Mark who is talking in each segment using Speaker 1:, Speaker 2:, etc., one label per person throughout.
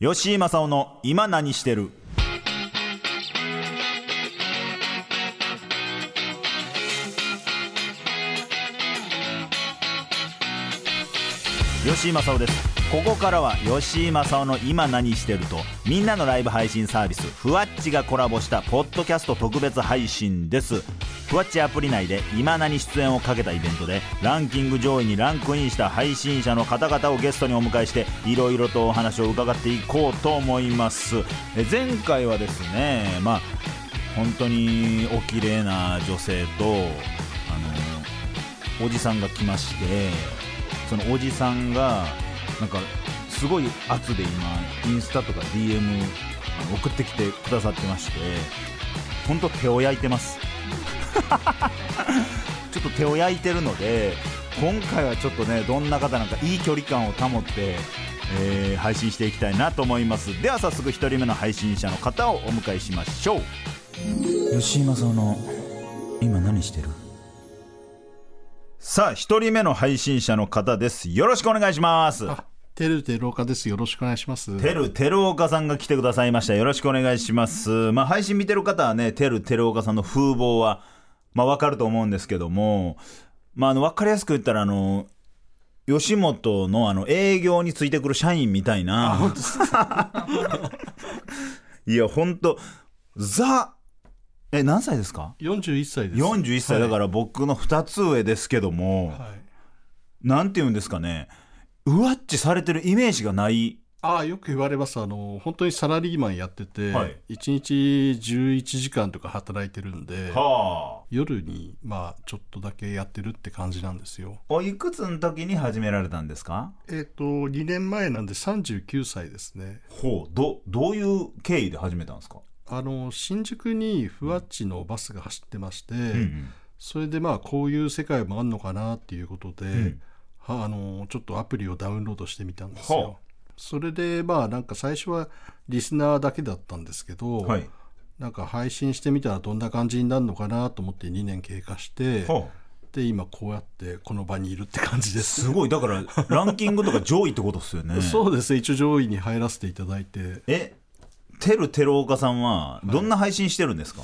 Speaker 1: 吉井正夫の今何してる吉井正夫ですここからは吉井正夫の今何してるとみんなのライブ配信サービスふわっちがコラボしたポッドキャスト特別配信ですふわっちアプリ内で今何出演をかけたイベントでランキング上位にランクインした配信者の方々をゲストにお迎えしていろいろとお話を伺っていこうと思いますえ前回はですねまあ本当にお綺麗な女性とあのおじさんが来ましてそのおじさんがなんかすごい圧で今インスタとか DM あの送ってきてくださってまして本当手を焼いてます ちょっと手を焼いてるので今回はちょっとねどんな方なんかいい距離感を保って、えー配信していきたいなと思いますでは早速1人目の配信者の方をお迎えしましょう吉井正夫の今何してるさあ1人目の配信者の方ですよろしくお願いします
Speaker 2: あ、てるてるおかです。よろしくお願いします。
Speaker 1: てるてるおかさんが来てくださいました。よろしくお願いします。まあ、配信見てる方はね、てるてるおかさんの風貌は、まあ、わかると思うんですけども、まあ、あの、わかりやすく言ったら、あの、吉本のあの営業についてくる社員みたいな。 いや、ほんと、ザ、え、何歳ですか
Speaker 2: 41歳です。。
Speaker 1: ?41 歳だからら僕の2つ上ですけども、
Speaker 2: はい。
Speaker 1: なんて言うんですかね、うわっちされてるイメージがない。
Speaker 2: ああ、よく言われます。あの、本当にサラリーマンやってて、
Speaker 1: はい
Speaker 2: 1日11時間とか働いてるんで、
Speaker 1: はあ。
Speaker 2: 夜に、まあ、ちょっとだけやってるって感じなんですよ。
Speaker 1: おいくつの時に始められたんですか
Speaker 2: えっ、と、2年前なんで39歳ですね。
Speaker 1: ほうどどういう経緯で始めたんですか、
Speaker 2: あの、新宿にふわっちのバスが走ってまして、
Speaker 1: うん
Speaker 2: それでまあ、こういう世界もあんのかなっていうことで、
Speaker 1: ん
Speaker 2: はあのちょっとアプリをダウンロードしてみたんですよ。
Speaker 1: はあ
Speaker 2: それでまあなんか最初はリスナーだけだったんですけど、
Speaker 1: うん、はい、
Speaker 2: なんか配信してみたらどんな感じになるのかなと思って2年経過して、
Speaker 1: は
Speaker 2: で今こうやってこの場にいるって感じで
Speaker 1: あ、
Speaker 2: す。
Speaker 1: すごいだからランキングとか上位ってことですよ ね
Speaker 2: そうですね一応上位に入らせていただいて
Speaker 1: えてるてるおかさんはどんな配信してるんですか、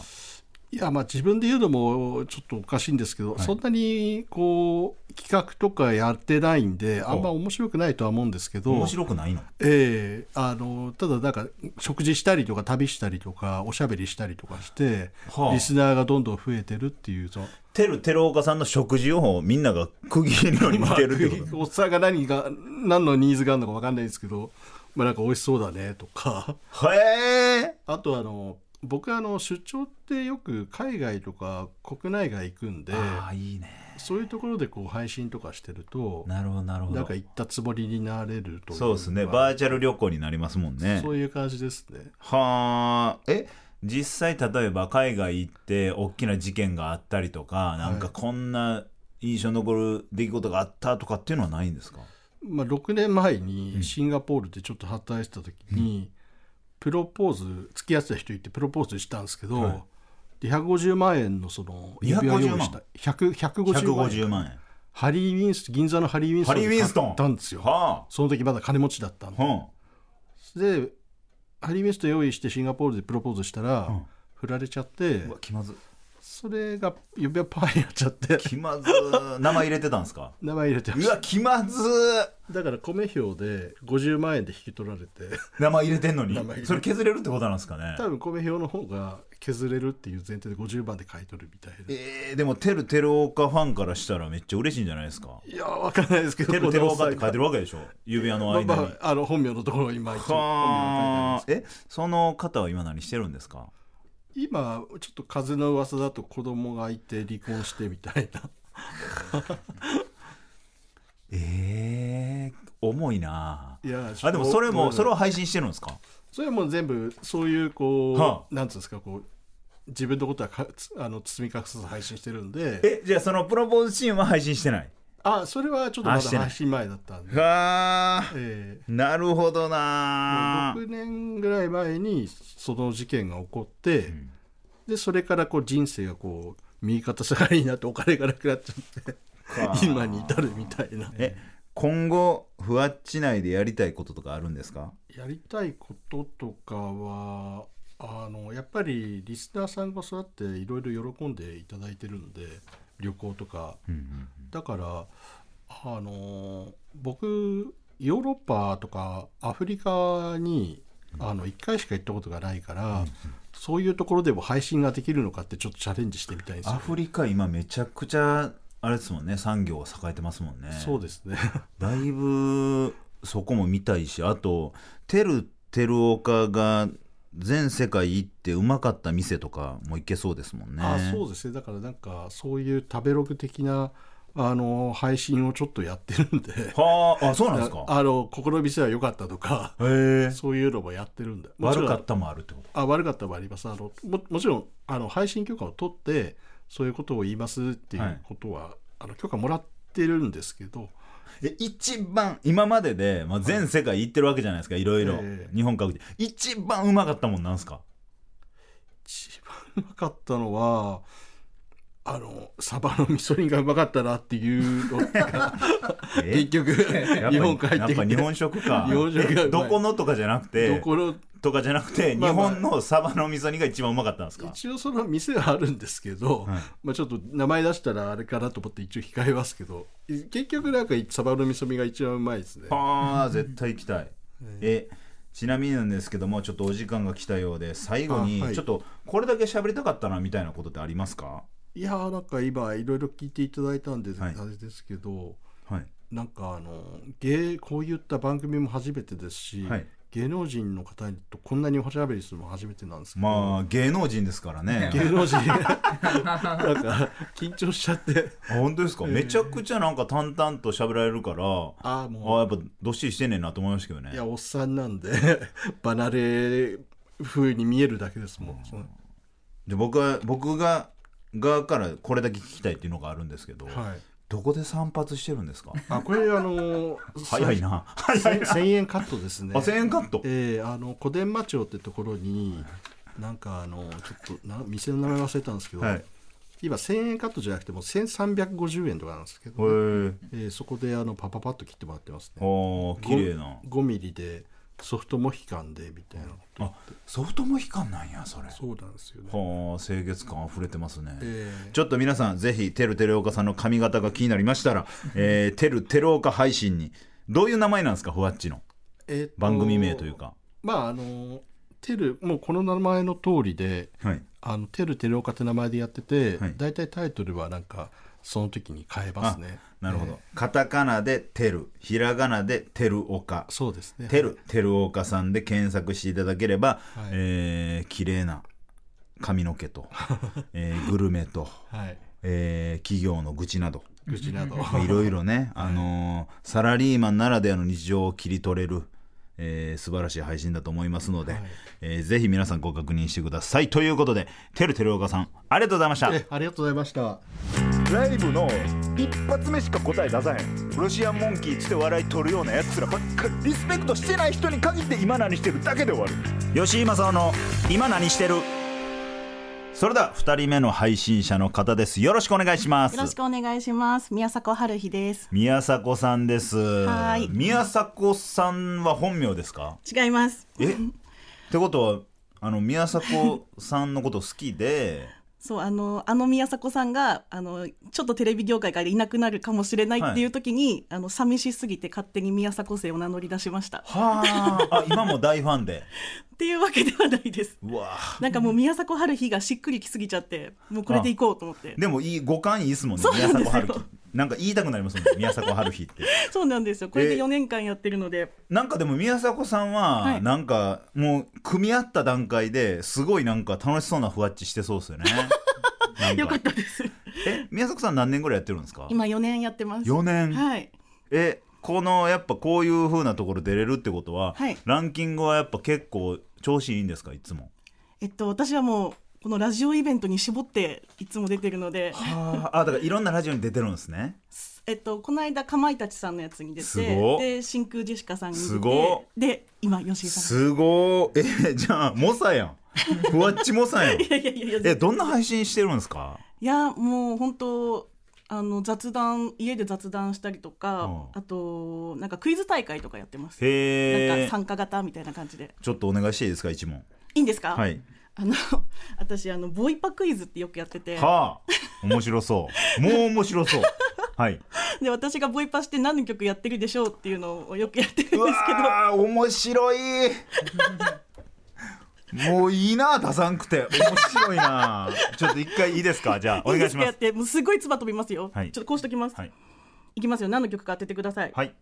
Speaker 2: いやまあ自分で言うのもちょっとおかしいんですけど、そんなにこう企画とかやってないんであんま面白くないとは思うんですけど
Speaker 1: 面白くないの
Speaker 2: ええあのただなんか食事したりとか旅したりとかおしゃべりしたりとかして、
Speaker 1: はあ
Speaker 2: リスナーがどんどん増えてるっていうその
Speaker 1: てるてるおかさんの食事をみんなが区切るように見てるってこと、
Speaker 2: おっさんが何が何のニーズがあるのか分かんないですけど、まあ、なんか美味しそうだねとか
Speaker 1: へえ
Speaker 2: あとあの僕あの出張ってよく海外とか国内外行くんで
Speaker 1: ああいいね
Speaker 2: そういうところでこう配信とかしてると
Speaker 1: なるほどなるほ
Speaker 2: なん
Speaker 1: ど
Speaker 2: か行ったつもりになれるとい
Speaker 1: そうですね
Speaker 2: まあ
Speaker 1: バーチャル旅行になりますもんね
Speaker 2: そういう感じですね。
Speaker 1: はあえ実際例えば海外行って大きな事件があったりとかなんかこんな印象に残る出来事があったとかっていうのはないんですか、
Speaker 2: まあ、6年前にシンガポールでちょっと働いてた時に、プロポーズ付き合ってた人いてプロポーズしたんですけど、
Speaker 1: はい
Speaker 2: で150万円のその
Speaker 1: 250
Speaker 2: 指輪用意した100 150万円
Speaker 1: 150万円
Speaker 2: ハリー・ウィンス銀座のハリー・ウィンスト
Speaker 1: ハ
Speaker 2: ン
Speaker 1: リー・ウィンストン
Speaker 2: 買ったんですよ
Speaker 1: は
Speaker 2: その時まだ金持ちだったん
Speaker 1: あ、
Speaker 2: で
Speaker 1: は
Speaker 2: でハリー・ウィンストン用意してシンガポールでプロポーズしたら、
Speaker 1: うん
Speaker 2: 振られちゃって
Speaker 1: あ、うわ気まず
Speaker 2: それが指輪パーになっちゃ って
Speaker 1: 気まず名前入れてたんですか
Speaker 2: 名前入れてま
Speaker 1: う
Speaker 2: し
Speaker 1: わ
Speaker 2: た
Speaker 1: 気まず
Speaker 2: だから米票で50万円で引き取られて
Speaker 1: 名前入れてんのに
Speaker 2: 名前入れて
Speaker 1: それ削れるってことなんですかね
Speaker 2: 多分米表の方が削れるっていう前提で50番で買い取るみたいな。
Speaker 1: えー、でもてるてるおかファンからしたらめっちゃ嬉しいんじゃないですか
Speaker 2: いや、わかんないですけど、
Speaker 1: てるてるおかって書いて
Speaker 2: る
Speaker 1: るわけでしょ指輪の間に、
Speaker 2: まあまあ、あの本名のところを今一応
Speaker 1: はあ
Speaker 2: 本名は書いてないんです
Speaker 1: えその方は今何してるんですか
Speaker 2: 今、ちょっと風の噂だと子供がいて離婚してみた いな。
Speaker 1: ええ重いない
Speaker 2: や、
Speaker 1: あでもそれもそれ
Speaker 2: は。
Speaker 1: を配信してるんですか
Speaker 2: それはもう全部、そういう、こう、
Speaker 1: は
Speaker 2: なんつうんですか、こう、自分のことはかつあの包み隠さず配信してるんで、
Speaker 1: えじゃあそのプロポーズシーンは配信してない
Speaker 2: あそれはちょっとま
Speaker 1: あして
Speaker 2: だ
Speaker 1: ない
Speaker 2: 配信前だったんで、
Speaker 1: はあ
Speaker 2: え
Speaker 1: なるほど
Speaker 2: え
Speaker 1: な
Speaker 2: 6年ぐらい前にその事件が起こって、
Speaker 1: ん
Speaker 2: でそれからこう人生がこう右肩下がりになってお金がなくなっちゃって
Speaker 1: か
Speaker 2: 今に至るみたいな
Speaker 1: え今後ふわっち内でやりたいこととかあるんですか
Speaker 2: やりたいこととかはあのやっぱりリスナーさんがそうやっていろいろ喜んでいただいてるんで旅行とか
Speaker 1: うん
Speaker 2: だからあの僕ヨーロッパとかアフリカにあの1回しか行ったことがないから、そういうところでも配信ができるのかってちょっとチャレンジしてみたいんですよ
Speaker 1: ア、フリカ今めちゃくちゃあれですもんね産業栄えてますもんね
Speaker 2: そうですね
Speaker 1: だいぶそこも見たいしあとてるてるおかが全世界行ってうまかった店とかも行けそうですもんね
Speaker 2: あそうですねだからなんかそういう食べログ的なあの配信をちょっとやってるんで
Speaker 1: はああそうなんですか
Speaker 2: あのここの店は良かったとか
Speaker 1: へえ
Speaker 2: そういうのもやってるんでもちろ
Speaker 1: 悪
Speaker 2: ん
Speaker 1: かったもあるってこと
Speaker 2: あ悪かったもありますあのももちろんあの配信許可を取ってそういうことを言いますってい
Speaker 1: はいう
Speaker 2: ことは、あの許可もらってるんですけど
Speaker 1: え一番今までで、まあ、全世界行ってるわけじゃないですかいろいろ、
Speaker 2: ええ
Speaker 1: 日本各地一番うまかったもんなんすか
Speaker 2: 一番うまかったのはあのサバの味噌煮がうまかったなっていうのが
Speaker 1: え
Speaker 2: 結局
Speaker 1: やっぱ
Speaker 2: 日本帰って
Speaker 1: や
Speaker 2: き
Speaker 1: っ
Speaker 2: て
Speaker 1: ぱ日本食か
Speaker 2: 日本食がうまい
Speaker 1: どこのとかじゃなく
Speaker 2: ど
Speaker 1: て
Speaker 2: この
Speaker 1: とかじゃなくて、
Speaker 2: まあまあ
Speaker 1: 日本のサバの味噌煮が一番うまかったんですか
Speaker 2: 一応その店はあるんですけど、
Speaker 1: はい
Speaker 2: まあ、ちょっと名前出したらあれかなと思って一応控えますけどい結局なんかサバの味噌煮が一番うまいですね
Speaker 1: はあ絶対行きたいえちなみになんですけどもちょっとお時間が来たようで最後に
Speaker 2: あはい
Speaker 1: ちょっとこれだけ喋りたかったなみたいなことってありますか
Speaker 2: いやーなんか今いろいろ聞いていただいたんで、
Speaker 1: はい
Speaker 2: あれですけど
Speaker 1: はい
Speaker 2: なんかあの芸こういった番組も初めてですし、
Speaker 1: はい
Speaker 2: 芸能人の方とこんなにおしゃべりするのも初めてなんですけど、
Speaker 1: まあ芸能人ですからね
Speaker 2: 芸 能人なんか緊張しちゃって
Speaker 1: あ本当ですかめちゃくちゃなんか淡々と喋られるから
Speaker 2: ああ
Speaker 1: あ
Speaker 2: も
Speaker 1: やっぱどっしりしてんねんなと思いましたけど
Speaker 2: う
Speaker 1: ね
Speaker 2: いやおっさんなんで 離れ風に見えるだけですもん、その
Speaker 1: で僕は僕が側からこれだけ聞きたいっていうのがあるんですけど、
Speaker 2: はい
Speaker 1: どこで散髪してるんです か
Speaker 2: あこれあの
Speaker 1: 早いな早い
Speaker 2: 千
Speaker 1: な
Speaker 2: 千円カットですね
Speaker 1: あ1000円カット
Speaker 2: ええあの小伝馬町ってところになんかあのちょっとな店の名前忘れたんですけど、
Speaker 1: はいへ
Speaker 2: 今1000円カットじゃなくてもう1350円とかなんですけど、
Speaker 1: え
Speaker 2: えーそこであのパパパッと切ってもらってます
Speaker 1: あ
Speaker 2: ね
Speaker 1: ー綺麗な
Speaker 2: 5ミリでソフトモヒカンでみたいな
Speaker 1: あソフトモヒカンなんやそれ
Speaker 2: そうなんですよね、
Speaker 1: はあ清潔感あふれてますね、
Speaker 2: え
Speaker 1: ちょっと皆さんぜひてるてるおかさんの髪型が気になりました ら「えー、てるてるおか配信に」どういう名前なんですかふわっちの
Speaker 2: ーえーと
Speaker 1: 番組名というか
Speaker 2: まああのテルもうこの名前の通りで
Speaker 1: はい
Speaker 2: あのテルテルオカって名前でやってて、
Speaker 1: はい
Speaker 2: 大体タイトルはなんかその時に変えますね
Speaker 1: なるほど、カタカナで「てる」ひらがなで「てるおか」
Speaker 2: そうですね
Speaker 1: てる、てるおかさんで検索していただければ、
Speaker 2: はい
Speaker 1: えー、綺麗な髪の毛 と、えーグルメと、
Speaker 2: はい
Speaker 1: えー企業の愚痴など、
Speaker 2: 愚痴など
Speaker 1: まあいろいろね、あのーサラリーマンならではの日常を切り取れる、えー素晴らしい配信だと思いますので、
Speaker 2: はい
Speaker 1: えーぜひ皆さんご確認してください。ということで、てるてるおかさん、ありがとうございました。
Speaker 2: えありがとうございました
Speaker 1: ライブの一発目しか答え出さへんロシアンモンキーっつって笑い取るようなやつらばっかりリスペクトしてない人に限って今何してるだけで終わる吉井正夫の「今何してる」それでは2人目の配信者の方ですよろしくお願いします
Speaker 3: よろしくお願いします。宮迫春日です。
Speaker 1: 宮迫さんです
Speaker 3: はい
Speaker 1: 宮迫さんは本名ですか
Speaker 3: 違います。
Speaker 1: えってことはあの宮迫さんのこと好き で
Speaker 3: そう、あの、あの宮迫さんが、あの、ちょっとテレビ業界からいなくなるかもしれないっていう時に、あの、寂しすぎて勝手に宮迫姓を名乗り出しました。
Speaker 1: はああ今も大ファンで
Speaker 3: っていうわけではない です。
Speaker 1: うわあ
Speaker 3: なんかもう宮迫春日がしっくりきすぎちゃって、もうこれでいこうと思って。
Speaker 1: でもいい五感いいですもんね
Speaker 3: そう
Speaker 1: 宮
Speaker 3: なんですよ
Speaker 1: 迫春樹なんか言いたくなりますもんね宮迫春樹 って
Speaker 3: そうなんですよ。これ
Speaker 1: え
Speaker 3: で4年間やってるので、
Speaker 1: なんかでも宮迫さん
Speaker 3: は
Speaker 1: はいなんかもう組み合った段階ですごいなんか楽しそうなふわっちしてそうですよね なん
Speaker 3: よかったです。
Speaker 1: え宮迫さん何年ぐらいやってるんですか
Speaker 3: 今4年やってます。
Speaker 1: 4年、
Speaker 3: はい。
Speaker 1: えこのやっぱこういう風なところ出れるってことは、
Speaker 3: はい
Speaker 1: ランキングはやっぱ結構調子いいんですかいつも
Speaker 3: えっと、私はもう、このラジオイベントに絞っていつも出てるので、
Speaker 1: はああだからいろんなラジオに出てるんですね
Speaker 3: えっと、この間かまいたちさんのやつに出
Speaker 1: す
Speaker 3: て
Speaker 1: ごっ
Speaker 3: で真空ジェシカさんに
Speaker 1: す
Speaker 3: 出
Speaker 1: ご
Speaker 3: てで今吉井さん
Speaker 1: すごいえじゃあ猛者やんふわっち猛者 やん
Speaker 3: いやいやいやいや
Speaker 1: えどんな配信してるんですか
Speaker 3: いやもう本当あの雑談家で雑談したりとか、
Speaker 1: うん
Speaker 3: あとなんかクイズ大会とかやってます、
Speaker 1: へ
Speaker 3: なん
Speaker 1: え
Speaker 3: か参加型みたいな感じで
Speaker 1: ちょっとお願いしていいですか一問
Speaker 3: いいんですか、
Speaker 1: はい
Speaker 3: あの 私あのボイパクイズってよくやってて
Speaker 1: はあ面白そうもう面白そうはい
Speaker 3: で私がボイパして何の曲やってるでしょうっていうのをよくやってるんですけ
Speaker 1: う
Speaker 3: ど
Speaker 1: わー面白いもういいな出さんくて面白いなちょっと一回いいですかじゃあお願いしま
Speaker 3: いいんですかや
Speaker 1: す
Speaker 3: ってもうすごい唾飛びますよ、
Speaker 1: はい
Speaker 3: ちょっとこうしときます、
Speaker 1: はいい、
Speaker 3: きますよ何の曲か当ててください、
Speaker 1: はい、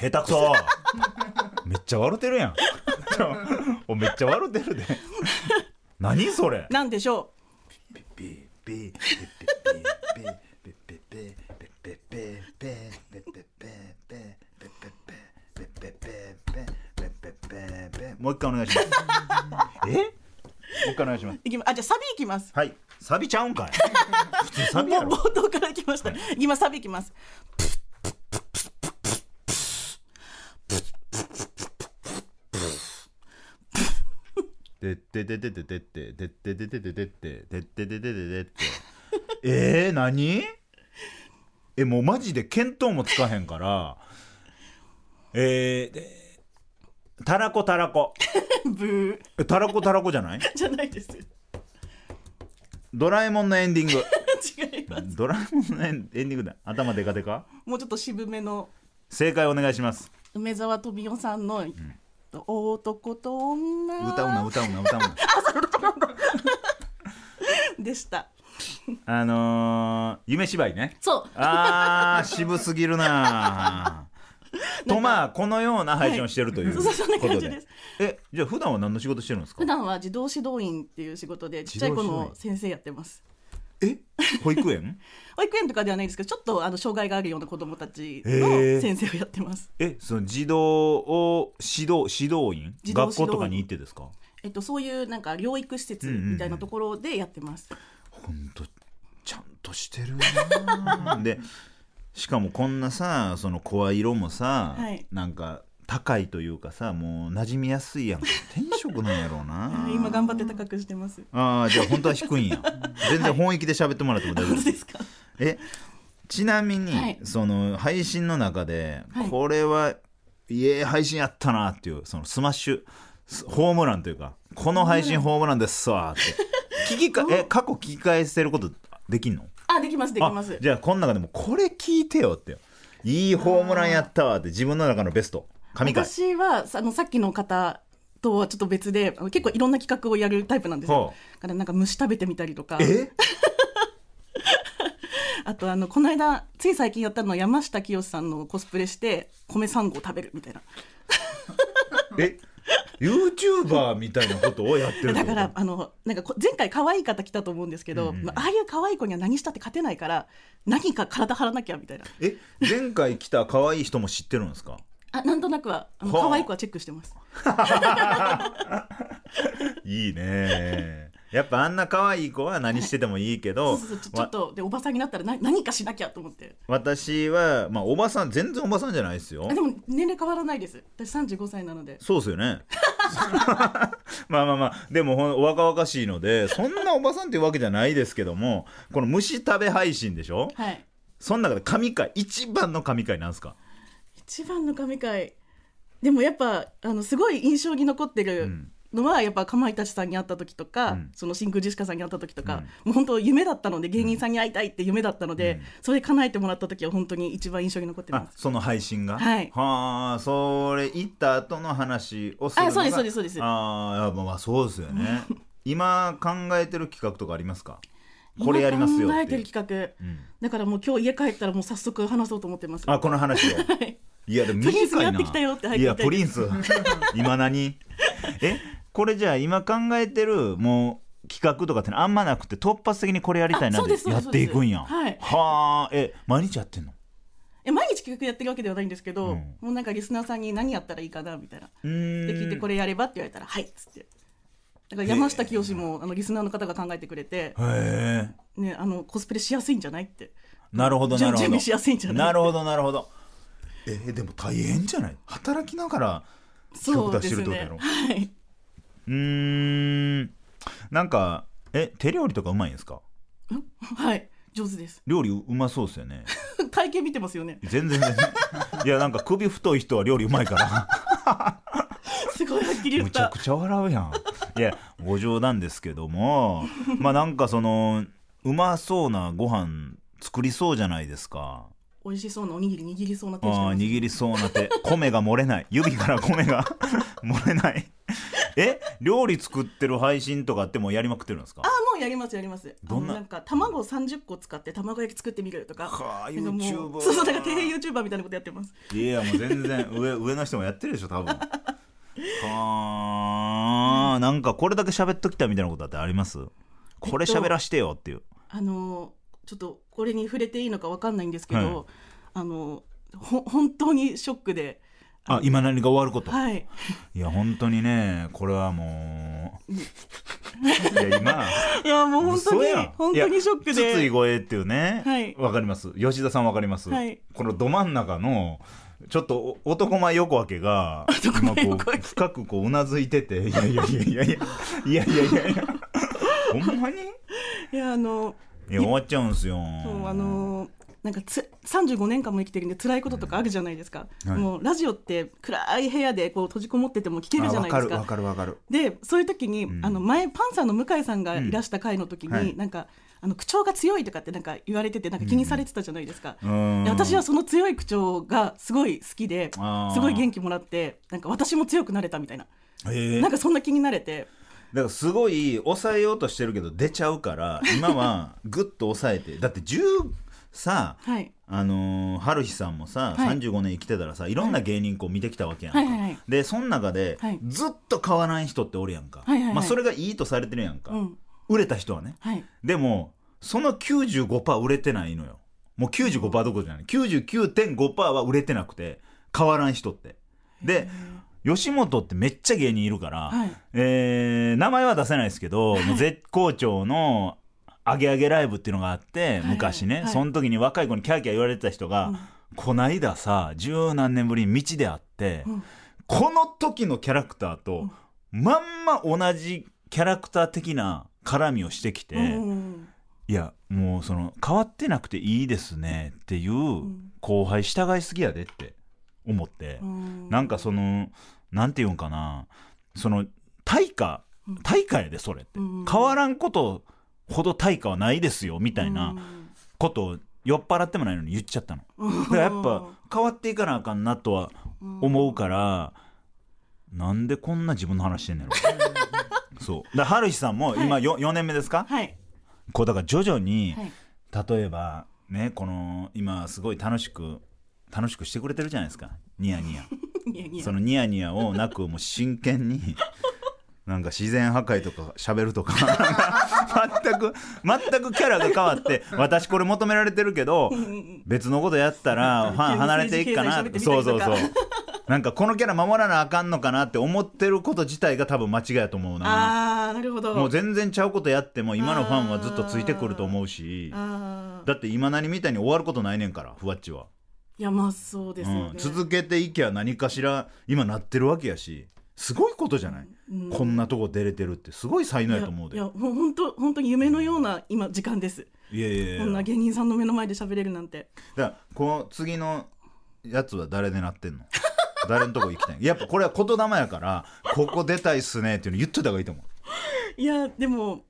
Speaker 1: 下手くそめっちゃ笑てるやんちょおめっちゃ笑てるで何それ
Speaker 3: 何でしょ
Speaker 1: もう一回お願いします。え？もう一回お願いします。
Speaker 3: ういきまあじゃあサビいきます
Speaker 1: はい。サビちゃうんかい。普通サビ
Speaker 3: も
Speaker 1: や
Speaker 3: う
Speaker 1: ろ。
Speaker 3: 冒頭から来ました、今サビいきます
Speaker 1: でってでてでてってでってでてでてってでってでてでてって。えー、何？えもうマジで見当もつかへんから。えーで、たらこたらこ。
Speaker 3: ブー
Speaker 1: えたらこたらこじゃない？
Speaker 3: じゃな いです
Speaker 1: ドラえもんのエンディング。
Speaker 3: 違います
Speaker 1: ドラえもんのエンディングだ。頭でかでか。
Speaker 3: もうちょっと渋めの
Speaker 1: 正解お願いします。
Speaker 3: 梅沢富美男さんの、男と女
Speaker 1: 歌うな歌うな歌うな。
Speaker 3: でした
Speaker 1: あのー、夢芝居ね。
Speaker 3: そう
Speaker 1: あー渋すぎるなー。とまあこのような配信をしてるという
Speaker 3: はいそうそんな
Speaker 1: こ
Speaker 3: 感
Speaker 1: と
Speaker 3: じ
Speaker 1: で。
Speaker 3: です
Speaker 1: えじゃあ普段は何の仕事してるんですか
Speaker 3: 普。段は児童指導員っていう仕事でちっちゃい子の先生やってます
Speaker 1: え保育園？
Speaker 3: 保育園とかではないんですけどちょっとあの障害があるような子どもたち
Speaker 1: へ
Speaker 3: の
Speaker 1: ー
Speaker 3: 先生をやってます、
Speaker 1: えその児童を指導指導員
Speaker 3: 児童指導員
Speaker 1: 学校とかに行ってですか。
Speaker 3: えっと、そういうなんか療育施設みたいなところでやってます、
Speaker 1: 本当ちゃんとしてる なでしかもこんなさその声色もさ、
Speaker 3: はい
Speaker 1: なんか高いというかさもう馴染みやすいやんか転職なんやろう な
Speaker 3: 今頑張って高くしてます
Speaker 1: ああじゃあ本当は低いんや全然本域で喋ってもらっても大丈夫
Speaker 3: 本当ですか
Speaker 1: えちなみに、
Speaker 3: はい
Speaker 1: その配信の中で、
Speaker 3: はい
Speaker 1: これはいえ配信やったなっていうそのスマッシュスホームランというかこの配信ホームランですわー って聞きかえ過去聞き返せることできんの
Speaker 3: あできますできます
Speaker 1: あじゃあこの中でもこれ聞いてよっていいホームランやったわって自分の中のベスト神回
Speaker 3: 私はあのさっきの方とはちょっと別であの結構いろんな企画をやるタイプなんですよ
Speaker 1: ほ
Speaker 3: だからなんか虫食べてみたりとか
Speaker 1: え
Speaker 3: あとあのこの間つい最近やったのは山下清さんのコスプレして米3合食べるみたいな
Speaker 1: え YouTuber みたいなことをやってるって
Speaker 3: だ
Speaker 1: こ
Speaker 3: か
Speaker 1: と
Speaker 3: らあのなんかこ前回可愛い方来たと思うんですけど、
Speaker 1: うんうん
Speaker 3: まあああいう可愛い子には何したって勝てないから何か体張らなきゃみたいな
Speaker 1: え前回来た可愛い人も知ってるんですか
Speaker 3: あなんとなくはあの
Speaker 1: はあ
Speaker 3: 可愛い子はチェックしてます
Speaker 1: いいねやっぱあんな可愛い子は何しててもいいけ
Speaker 3: そ
Speaker 1: ど
Speaker 3: うそうそうちょちょっとでおばさんになったらな何かしなきゃと思って
Speaker 1: わ私はまあおばさん全然おばさんじゃないですよ
Speaker 3: あでも年齢変わらないです私35歳なので
Speaker 1: そうですよね まあまあまあでもほんお若々しいのでそんなおばさんっていうわけじゃないですけどもこの虫食べ配信でしょ
Speaker 3: はい
Speaker 1: その中で神回一番の神回なんですか
Speaker 3: 一番の神回でもやっぱあのすごい印象に残って
Speaker 1: う
Speaker 3: る
Speaker 1: ん
Speaker 3: のは、やっぱかまいたちさんに会った時とか、
Speaker 1: うん
Speaker 3: その真空ジェシカさんに会った時とか、もう本当夢だったので芸人さんに会いたいって夢だったので、
Speaker 1: うん
Speaker 3: それ叶えてもらった時は本当に一番印象に残って
Speaker 1: あ
Speaker 3: ます。
Speaker 1: その配信が
Speaker 3: はい
Speaker 1: あそれ行った後の話をするのが
Speaker 3: あそうですそうですそうです
Speaker 1: ああまあまあそうですよ ね今考えてる企画とかありますかこれやりますよ
Speaker 3: 今考
Speaker 1: っ
Speaker 3: えて
Speaker 1: て
Speaker 3: る企画
Speaker 1: うん
Speaker 3: だからもう今日家帰ったらもう早速話そうと思ってます。
Speaker 1: あこの話を
Speaker 3: はい
Speaker 1: いやで も
Speaker 3: プリンス
Speaker 1: 短いな
Speaker 3: になってきたよって入っ
Speaker 1: い
Speaker 3: てきた
Speaker 1: やプリン ス今何えこれじゃあ今考えてるもう企画とかってのあんまなくて突発的にこれやりたいな
Speaker 3: あそう
Speaker 1: で
Speaker 3: ですそう
Speaker 1: や
Speaker 3: で
Speaker 1: っ
Speaker 3: す
Speaker 1: ていくんや
Speaker 3: そうですはい
Speaker 1: はあえ毎日やってんの
Speaker 3: え毎日企画やってるわけではないんですけど、
Speaker 1: うん
Speaker 3: もうなんかリスナーさんに何やったらいいかなみたいな。
Speaker 1: うーん
Speaker 3: で聞いてこれやればって言われたら「はい」っつってだから山下清もあのリスナーの方が考えてくれて、
Speaker 1: へえ
Speaker 3: ね、あのコスプレしやすいんじゃないって
Speaker 1: なるほどな
Speaker 3: 準
Speaker 1: るほど
Speaker 3: 準備しやすいんじゃない
Speaker 1: なるほどなるほどえーでも大変じゃない働きながら
Speaker 3: そう
Speaker 1: 曲出
Speaker 3: で
Speaker 1: して
Speaker 3: す
Speaker 1: るってことや
Speaker 3: ね
Speaker 1: ろ
Speaker 3: はい、
Speaker 1: うーんなんかえ手料理とかうまいんですか
Speaker 3: はい、上手です
Speaker 1: 料理うまそうですよね
Speaker 3: 体型見てますよね
Speaker 1: 全然全然いやなんか首太い人は料理うまいから
Speaker 3: すごいはっきり言
Speaker 1: む
Speaker 3: っ
Speaker 1: ちゃ
Speaker 3: た
Speaker 1: くちゃ笑うやんいやご冗談ですけどもまあなんかそのうまそうなご飯作りそうじゃないですか
Speaker 3: 美味しそうなおにぎり握りそうな手して
Speaker 1: あ
Speaker 3: ま
Speaker 1: ー
Speaker 3: す
Speaker 1: 握りそうな手 米が漏れない指から米が 漏れないえ料理作ってる配信とかってもうやりまくってるんですか
Speaker 3: あもうやりますやります
Speaker 1: どんな
Speaker 3: あのなんか卵30個使って卵焼き作ってみるとか
Speaker 1: はあ
Speaker 3: なんかも
Speaker 1: YouTuber
Speaker 3: うそうそうなんか底辺 YouTuber みたいなことやってます
Speaker 1: いやもう全然上上の人もやってるでしょ多分 はあなんかこれだけ喋っときたみたいなことだってありますこれ喋らしてよっていう、
Speaker 3: あのちょっとこれに触れていいのかわかんないんですけど、
Speaker 1: は
Speaker 3: あのほ本当にショックで
Speaker 1: あ今何が終わること、
Speaker 3: はい
Speaker 1: い、や本当にねこれはもういや今
Speaker 3: いやもう本当
Speaker 1: 嘘や
Speaker 3: に
Speaker 1: ん
Speaker 3: 本当にショック
Speaker 1: いや筒井
Speaker 3: で
Speaker 1: 護衛っていうね
Speaker 3: はい
Speaker 1: わ、かります吉田さんわかります、
Speaker 3: はい
Speaker 1: このど真ん中のちょっとお男前横分けが
Speaker 3: 男前
Speaker 1: 今
Speaker 3: 横
Speaker 1: こ
Speaker 3: 分
Speaker 1: う
Speaker 3: け
Speaker 1: 深くこううなずいてていやいやいやいやいやいやいやいやいやほんまにい
Speaker 3: いやあの
Speaker 1: や終わっちゃうんすよ
Speaker 3: そうあのなんかつ35年間も生きてるんで辛いこととかあるじゃないですか、
Speaker 1: はい
Speaker 3: もうラジオって暗い部屋でこう閉じこもってても聞けるじゃないです
Speaker 1: あ
Speaker 3: か
Speaker 1: わかるわかるわかる
Speaker 3: でそういう時に、
Speaker 1: うん
Speaker 3: あの前パンサーの向井さんがいらした回の時に、
Speaker 1: うんはい
Speaker 3: なんかあの口調が強いとかってなんか言われててなんか気にされてたじゃないですか、
Speaker 1: うーん
Speaker 3: で私はその強い口調がすごい好きで
Speaker 1: あー
Speaker 3: すごい元気もらってなんか私も強くなれたみたいな
Speaker 1: へえ
Speaker 3: なんかそんな気になれて
Speaker 1: だからすごい抑えようとしてるけど出ちゃうから今はぐっと抑えてだって10さ
Speaker 3: はい
Speaker 1: あのー、春日さんもさ、
Speaker 3: はい
Speaker 1: 35年生きてたらさいろんな芸人こう見てきたわけやんか、
Speaker 3: はいはいはい
Speaker 1: でその中で、
Speaker 3: はい
Speaker 1: ずっと変わらん人っておるやんか、
Speaker 3: はいはいはい
Speaker 1: まあ、それがいいとされてるやんか、
Speaker 3: うん
Speaker 1: 売れた人はね
Speaker 3: はい
Speaker 1: でもその95%売れてないのよもう95%どころじゃない99.5%は売れてなくて変わらん人ってで吉本ってめっちゃ芸人いるから、
Speaker 3: はい
Speaker 1: えー名前は出せないですけど、もう絶好調のアゲアゲライブっていうのがあって、
Speaker 3: はい
Speaker 1: 昔ね、
Speaker 3: はい
Speaker 1: その時に若い子にキャーキャー言われてた人が、
Speaker 3: うん
Speaker 1: こないださ十何年ぶりに道で会って、
Speaker 3: うん
Speaker 1: この時のキャラクターと、まんま同じキャラクター的な絡みをしてきて、
Speaker 3: うん
Speaker 1: いやもうその変わってなくていいですねっていうん後輩従いすぎやでって思って。
Speaker 3: うん
Speaker 1: なんかそのなんていうんかなその対価
Speaker 3: うん
Speaker 1: 対価やでそれって、
Speaker 3: うん
Speaker 1: 変わらんことほど対価はないですよみたいなことを酔っ払ってもないのに言っちゃったの
Speaker 3: うん
Speaker 1: だからやっぱ変わっていかなあかんなとは思うから、なんでこんな自分の話してんねんそうだから春日さんも今 4,、四年目ですか
Speaker 3: はい
Speaker 1: こうだから徐々に、
Speaker 3: はい
Speaker 1: 例えばねこの今すごい楽しく楽しくしてくれてるじゃないですかニヤニヤ。
Speaker 3: ニヤニヤ
Speaker 1: そのニヤニヤをなくもう真剣 になんか自然破壊とか喋るとか全く全くキャラが変わって私これ求められてるけど
Speaker 3: うんうん
Speaker 1: 別のことやったらファン離れていくかな
Speaker 3: 急に政治
Speaker 1: そうそう
Speaker 3: 経
Speaker 1: そう
Speaker 3: 済喋ってみたり
Speaker 1: なんかこのキャラ守らなあかんのかなって思ってること自体が多分間違いやと思うな
Speaker 3: ああなるほど
Speaker 1: もう全然ちゃうことやっても今のファンはずっとついてくると思うし
Speaker 3: あー
Speaker 1: だって今何みたいに終わることないねんからふわっちは。
Speaker 3: いやまあそうですよね、
Speaker 1: うん、続けていきゃ何かしら今なってるわけやしすごいことじゃない、
Speaker 3: うん
Speaker 1: こんなとこ出れてるってすごい才
Speaker 3: い
Speaker 1: 能
Speaker 3: や
Speaker 1: やと思うで
Speaker 3: いやほんと本当に夢のような今時間です
Speaker 1: いやいやいや
Speaker 3: こんな芸人さんの目の前で喋れるなんて
Speaker 1: だからこの次のやつは誰でなってんの誰のとこ行きたいやっぱこれは言霊やからここ出たいっすねっていうの言っといた方がいいと思う
Speaker 3: いやでも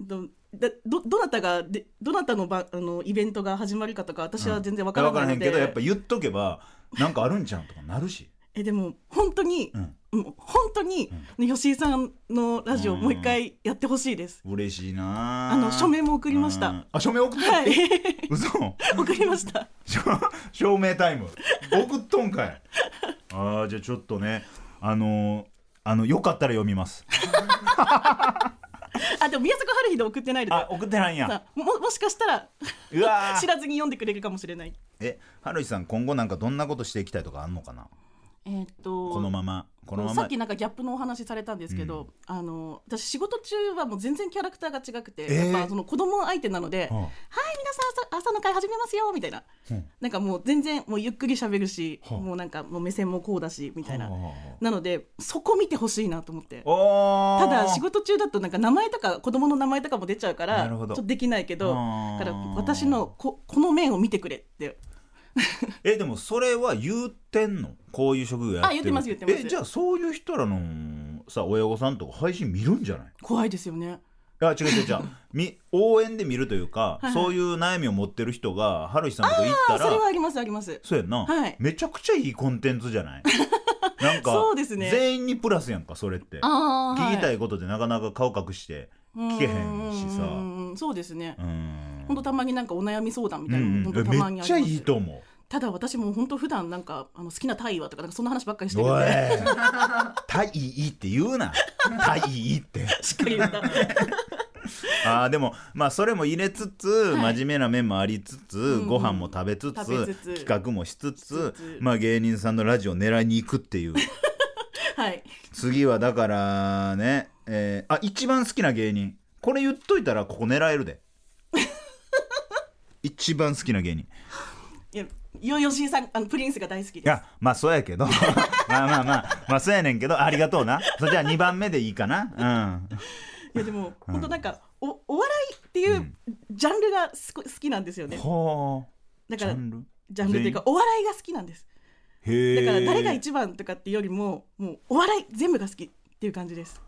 Speaker 3: どだどどなたがでどなたのばあのイベントが始まるかとか私は全然わから
Speaker 1: 分か
Speaker 3: な
Speaker 1: らへ
Speaker 3: い
Speaker 1: ん
Speaker 3: ので、
Speaker 1: けどやっぱ言っとけばなんかあるんちゃうんとかなるし、
Speaker 3: えでも本当に
Speaker 1: う、ん、
Speaker 3: もう本当に、吉井さんのラジオ
Speaker 1: うん
Speaker 3: もう一回やってほしいです、
Speaker 1: 嬉しいなあ
Speaker 3: あの署名も送りました
Speaker 1: うんあ署名送った、
Speaker 3: はい
Speaker 1: 嘘
Speaker 3: 送りました
Speaker 1: 証 証明タイム送っとんかいああじゃあちょっとねあのーあのよかったら読み ます
Speaker 3: あでも宮坂春日で送ってないで
Speaker 1: あ送ってないんや
Speaker 3: さあももしかしたら
Speaker 1: うわー
Speaker 3: 知らずに読んでくれるかもしれない
Speaker 1: えはるいさん今後なんかどんなことしていきたいとかあんのかな
Speaker 3: えーっと
Speaker 1: このままこのま
Speaker 3: さ
Speaker 1: ま
Speaker 3: っきなんかギャップのお話されたんですけど、あの私仕事中はもう全然キャラクターが違くて、
Speaker 1: えー
Speaker 3: やっぱその子供相手なので、
Speaker 1: うん
Speaker 3: はい皆さん朝朝の会始めますよみたいな、
Speaker 1: うん
Speaker 3: なんかもう全然もうゆっくり喋るし、
Speaker 1: はあ
Speaker 3: もうなんかもう目線もこうだしみたい
Speaker 1: は
Speaker 3: な、
Speaker 1: あはあ
Speaker 3: なのでそこ見てほしいなと思って。
Speaker 1: お
Speaker 3: た
Speaker 1: ー
Speaker 3: だ仕事中だとなんか名前とか子供の名前とかも出ちゃうから
Speaker 1: な
Speaker 3: ち
Speaker 1: る
Speaker 3: ょ
Speaker 1: ほ
Speaker 3: っ
Speaker 1: ど
Speaker 3: とできないけど
Speaker 1: あー
Speaker 3: だから私のここの面を見てくれって
Speaker 1: えでもそれは言うてんのこういう職業やってる
Speaker 3: あ言ってます言ってます
Speaker 1: えじゃあそういう人らのさ親御さんとか配信見るんじゃない
Speaker 3: 怖いですよね。
Speaker 1: あ違う違う違 うみ応援で見るというか、
Speaker 3: いはい
Speaker 1: そういう悩みを持ってる人がはるひさんとか行った
Speaker 3: あ
Speaker 1: ら
Speaker 3: それはありますあります。
Speaker 1: そうやんな、
Speaker 3: はい
Speaker 1: めちゃくちゃいいコンテンツじゃ ないなんか
Speaker 3: そうですね
Speaker 1: 全員にプラスやんかそれって
Speaker 3: あー
Speaker 1: 聞きた
Speaker 3: はい
Speaker 1: ことでなかなか顔隠して
Speaker 3: 聞
Speaker 1: けへんしさ
Speaker 3: そうですね
Speaker 1: う。ん
Speaker 3: 本当たまになんかお悩み相談みたいな
Speaker 1: うん
Speaker 3: の
Speaker 1: う
Speaker 3: 本当たま
Speaker 1: ん、
Speaker 3: に
Speaker 1: め
Speaker 3: あ
Speaker 1: っ
Speaker 3: り
Speaker 1: ち
Speaker 3: ま
Speaker 1: ゃ
Speaker 3: す。
Speaker 1: いいと思う
Speaker 3: ただ私も本当普段なんかあの好きなタイはとかなんかそんな話ばっかりしてるん
Speaker 1: おい
Speaker 3: で
Speaker 1: 「たいい」って言うな「たいい」って
Speaker 3: しっかり言った。
Speaker 1: あーでもまあそれも入れつつ、
Speaker 3: はい
Speaker 1: 真面目な面もありつつ、
Speaker 3: ん
Speaker 1: ご飯も食べつつ
Speaker 3: 食べつつ
Speaker 1: 企画もしつつ
Speaker 3: しつつ
Speaker 1: まあ、芸人さんのラジオ狙いに行くって いう
Speaker 3: はい。
Speaker 1: 次はだからね、えーあ一番好きな芸人これ言っといたらここ狙える で一番好きな芸人い
Speaker 3: いやいよいよしさんあのプリンスが大好きです。
Speaker 1: やまあそうやけど まあまあまあまあそうやねんけどありがとうなそれじゃあ2番目でいいかなうん
Speaker 3: いやでも本当なんかおお笑いっていうジャンルがすこ好きなんですよね。
Speaker 1: ほう
Speaker 3: だから
Speaker 1: ジャンル
Speaker 3: ジャンルっていうかお笑いが好きなんです。
Speaker 1: へ
Speaker 3: だ
Speaker 1: え
Speaker 3: から誰が一番とかっていうよりももうお笑い全部が好きっていう感じです。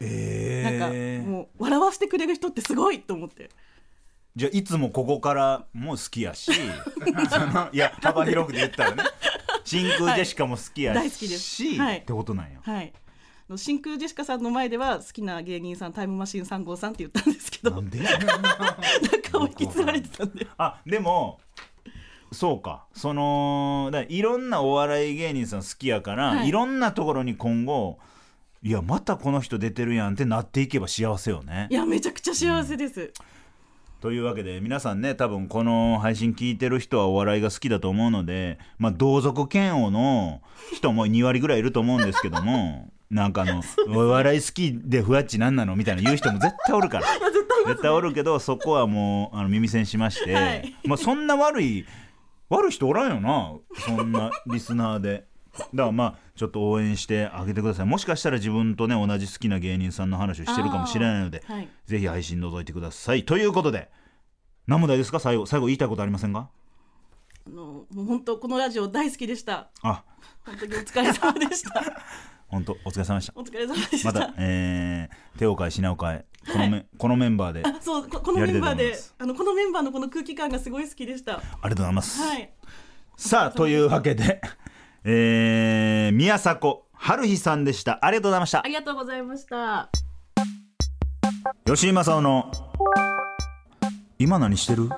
Speaker 1: え
Speaker 3: なんかもう笑わせてくれる人ってすごいと思って。
Speaker 1: じゃあいつもここからも好きや しそのいや幅広くで言ったらね真空ジェシカも好きやし、
Speaker 3: はい大好きですはい
Speaker 1: ってことなんや
Speaker 3: はい。あの真空ジェシカさんの前では好きな芸人さんタイムマシーン3号さんって言ったんですけ
Speaker 1: な
Speaker 3: どなん
Speaker 1: ん で
Speaker 3: かを引き継がれてたんで
Speaker 1: あでもそうかそのだからいろんなお笑い芸人さん好きやから、、
Speaker 3: はいい
Speaker 1: ろんなところに今後いやまたこの人出てるやんってなっていけば幸せよね
Speaker 3: い。やめちゃくちゃ幸せです、
Speaker 1: というわけで皆さんね多分この配信聞いてる人はお笑いが好きだと思うので、まあ、同族嫌悪の人も2割ぐらいいると思うんですけども なんかあの、お笑い好きでふわっちなんなのみたいな言う人も絶対おるから 絶対,、おるけどそこはもうあの耳栓しまして、
Speaker 3: はい
Speaker 1: まあ、そんな悪い悪い人おらんよなそんなリスナーで。だからまあちょっと応援してあげてくださいもしかしたら自分とね同じ好きな芸人さんの話をしてるかもしれないので、
Speaker 3: はい、
Speaker 1: ぜひ配信覗いてください。ということで、何問題ですか最後、最後言いたいことありませんか
Speaker 3: あのもう本当このラジオ大好きでした
Speaker 1: あ、
Speaker 3: 本当にお疲れ様でした
Speaker 1: 本当お疲れ様でした。
Speaker 3: お疲れ様でした、
Speaker 1: また、えー、手を変え、品を変え、このめ、このメンバーで、あり
Speaker 3: あそうここのメンバー
Speaker 1: やりたいと思いま
Speaker 3: ですあのこのメンバーのこの空気感がすごい好きでした
Speaker 1: がとうございます。
Speaker 3: はい
Speaker 1: さあ、というわけで、えー、宮迫春日さんでした。ありがとうございました
Speaker 3: あ。りがとうございました
Speaker 1: 吉井正夫の今何してる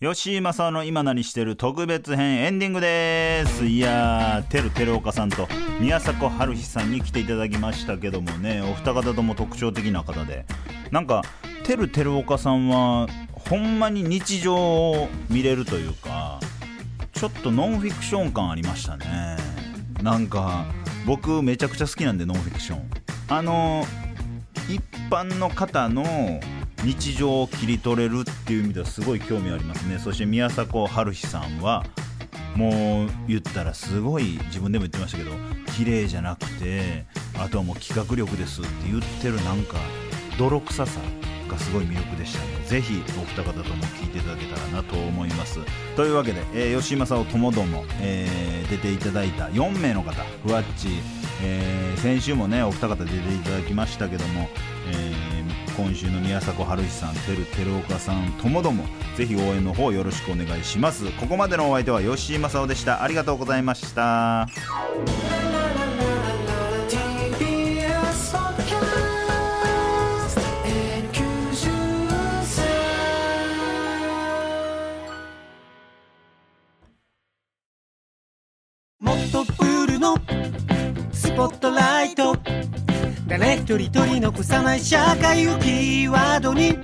Speaker 1: 吉井正夫の今何してる特別編エンディングですいやーてるてるおかさんと宮迫春日さんに来ていただきましたけどもねお二方とも特徴的な方でなんかてるてるおかさんはほんまに日常を見れるというかちょっとノンフィクション感ありましたねなんか僕めちゃくちゃ好きなんでノンフィクションあの一般の方の日常を切り取れるっていう意味ではすごい興味ありますねそして宮迫春日さんはもう言ったらすごい自分でも言ってましたけど綺麗じゃなくてあとはもう企画力ですって言ってるなんか泥臭さがすごい魅力でしたねぜひお二方とも聞いていただけたらなと思いますというわけで、えー吉井正夫ともども、えー出ていただいた4名の方ふわっち、えー先週もねお二方出ていただきましたけども、えー今週の宮迫春日さんてるてる岡さんともどもぜひ応援の方よろしくお願いしますここまでのお相手は吉井正夫でしたありがとうございました
Speaker 4: TBS ポッドキャストもっとプールのスポットライト誰一人取り残さない社会をキーワードに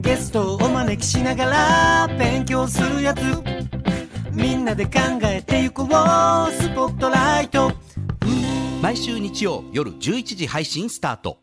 Speaker 4: ゲストをお招きしながら勉強するやつみんなで考えてゆこうスポットライト
Speaker 5: 毎週日曜夜11時配信スタート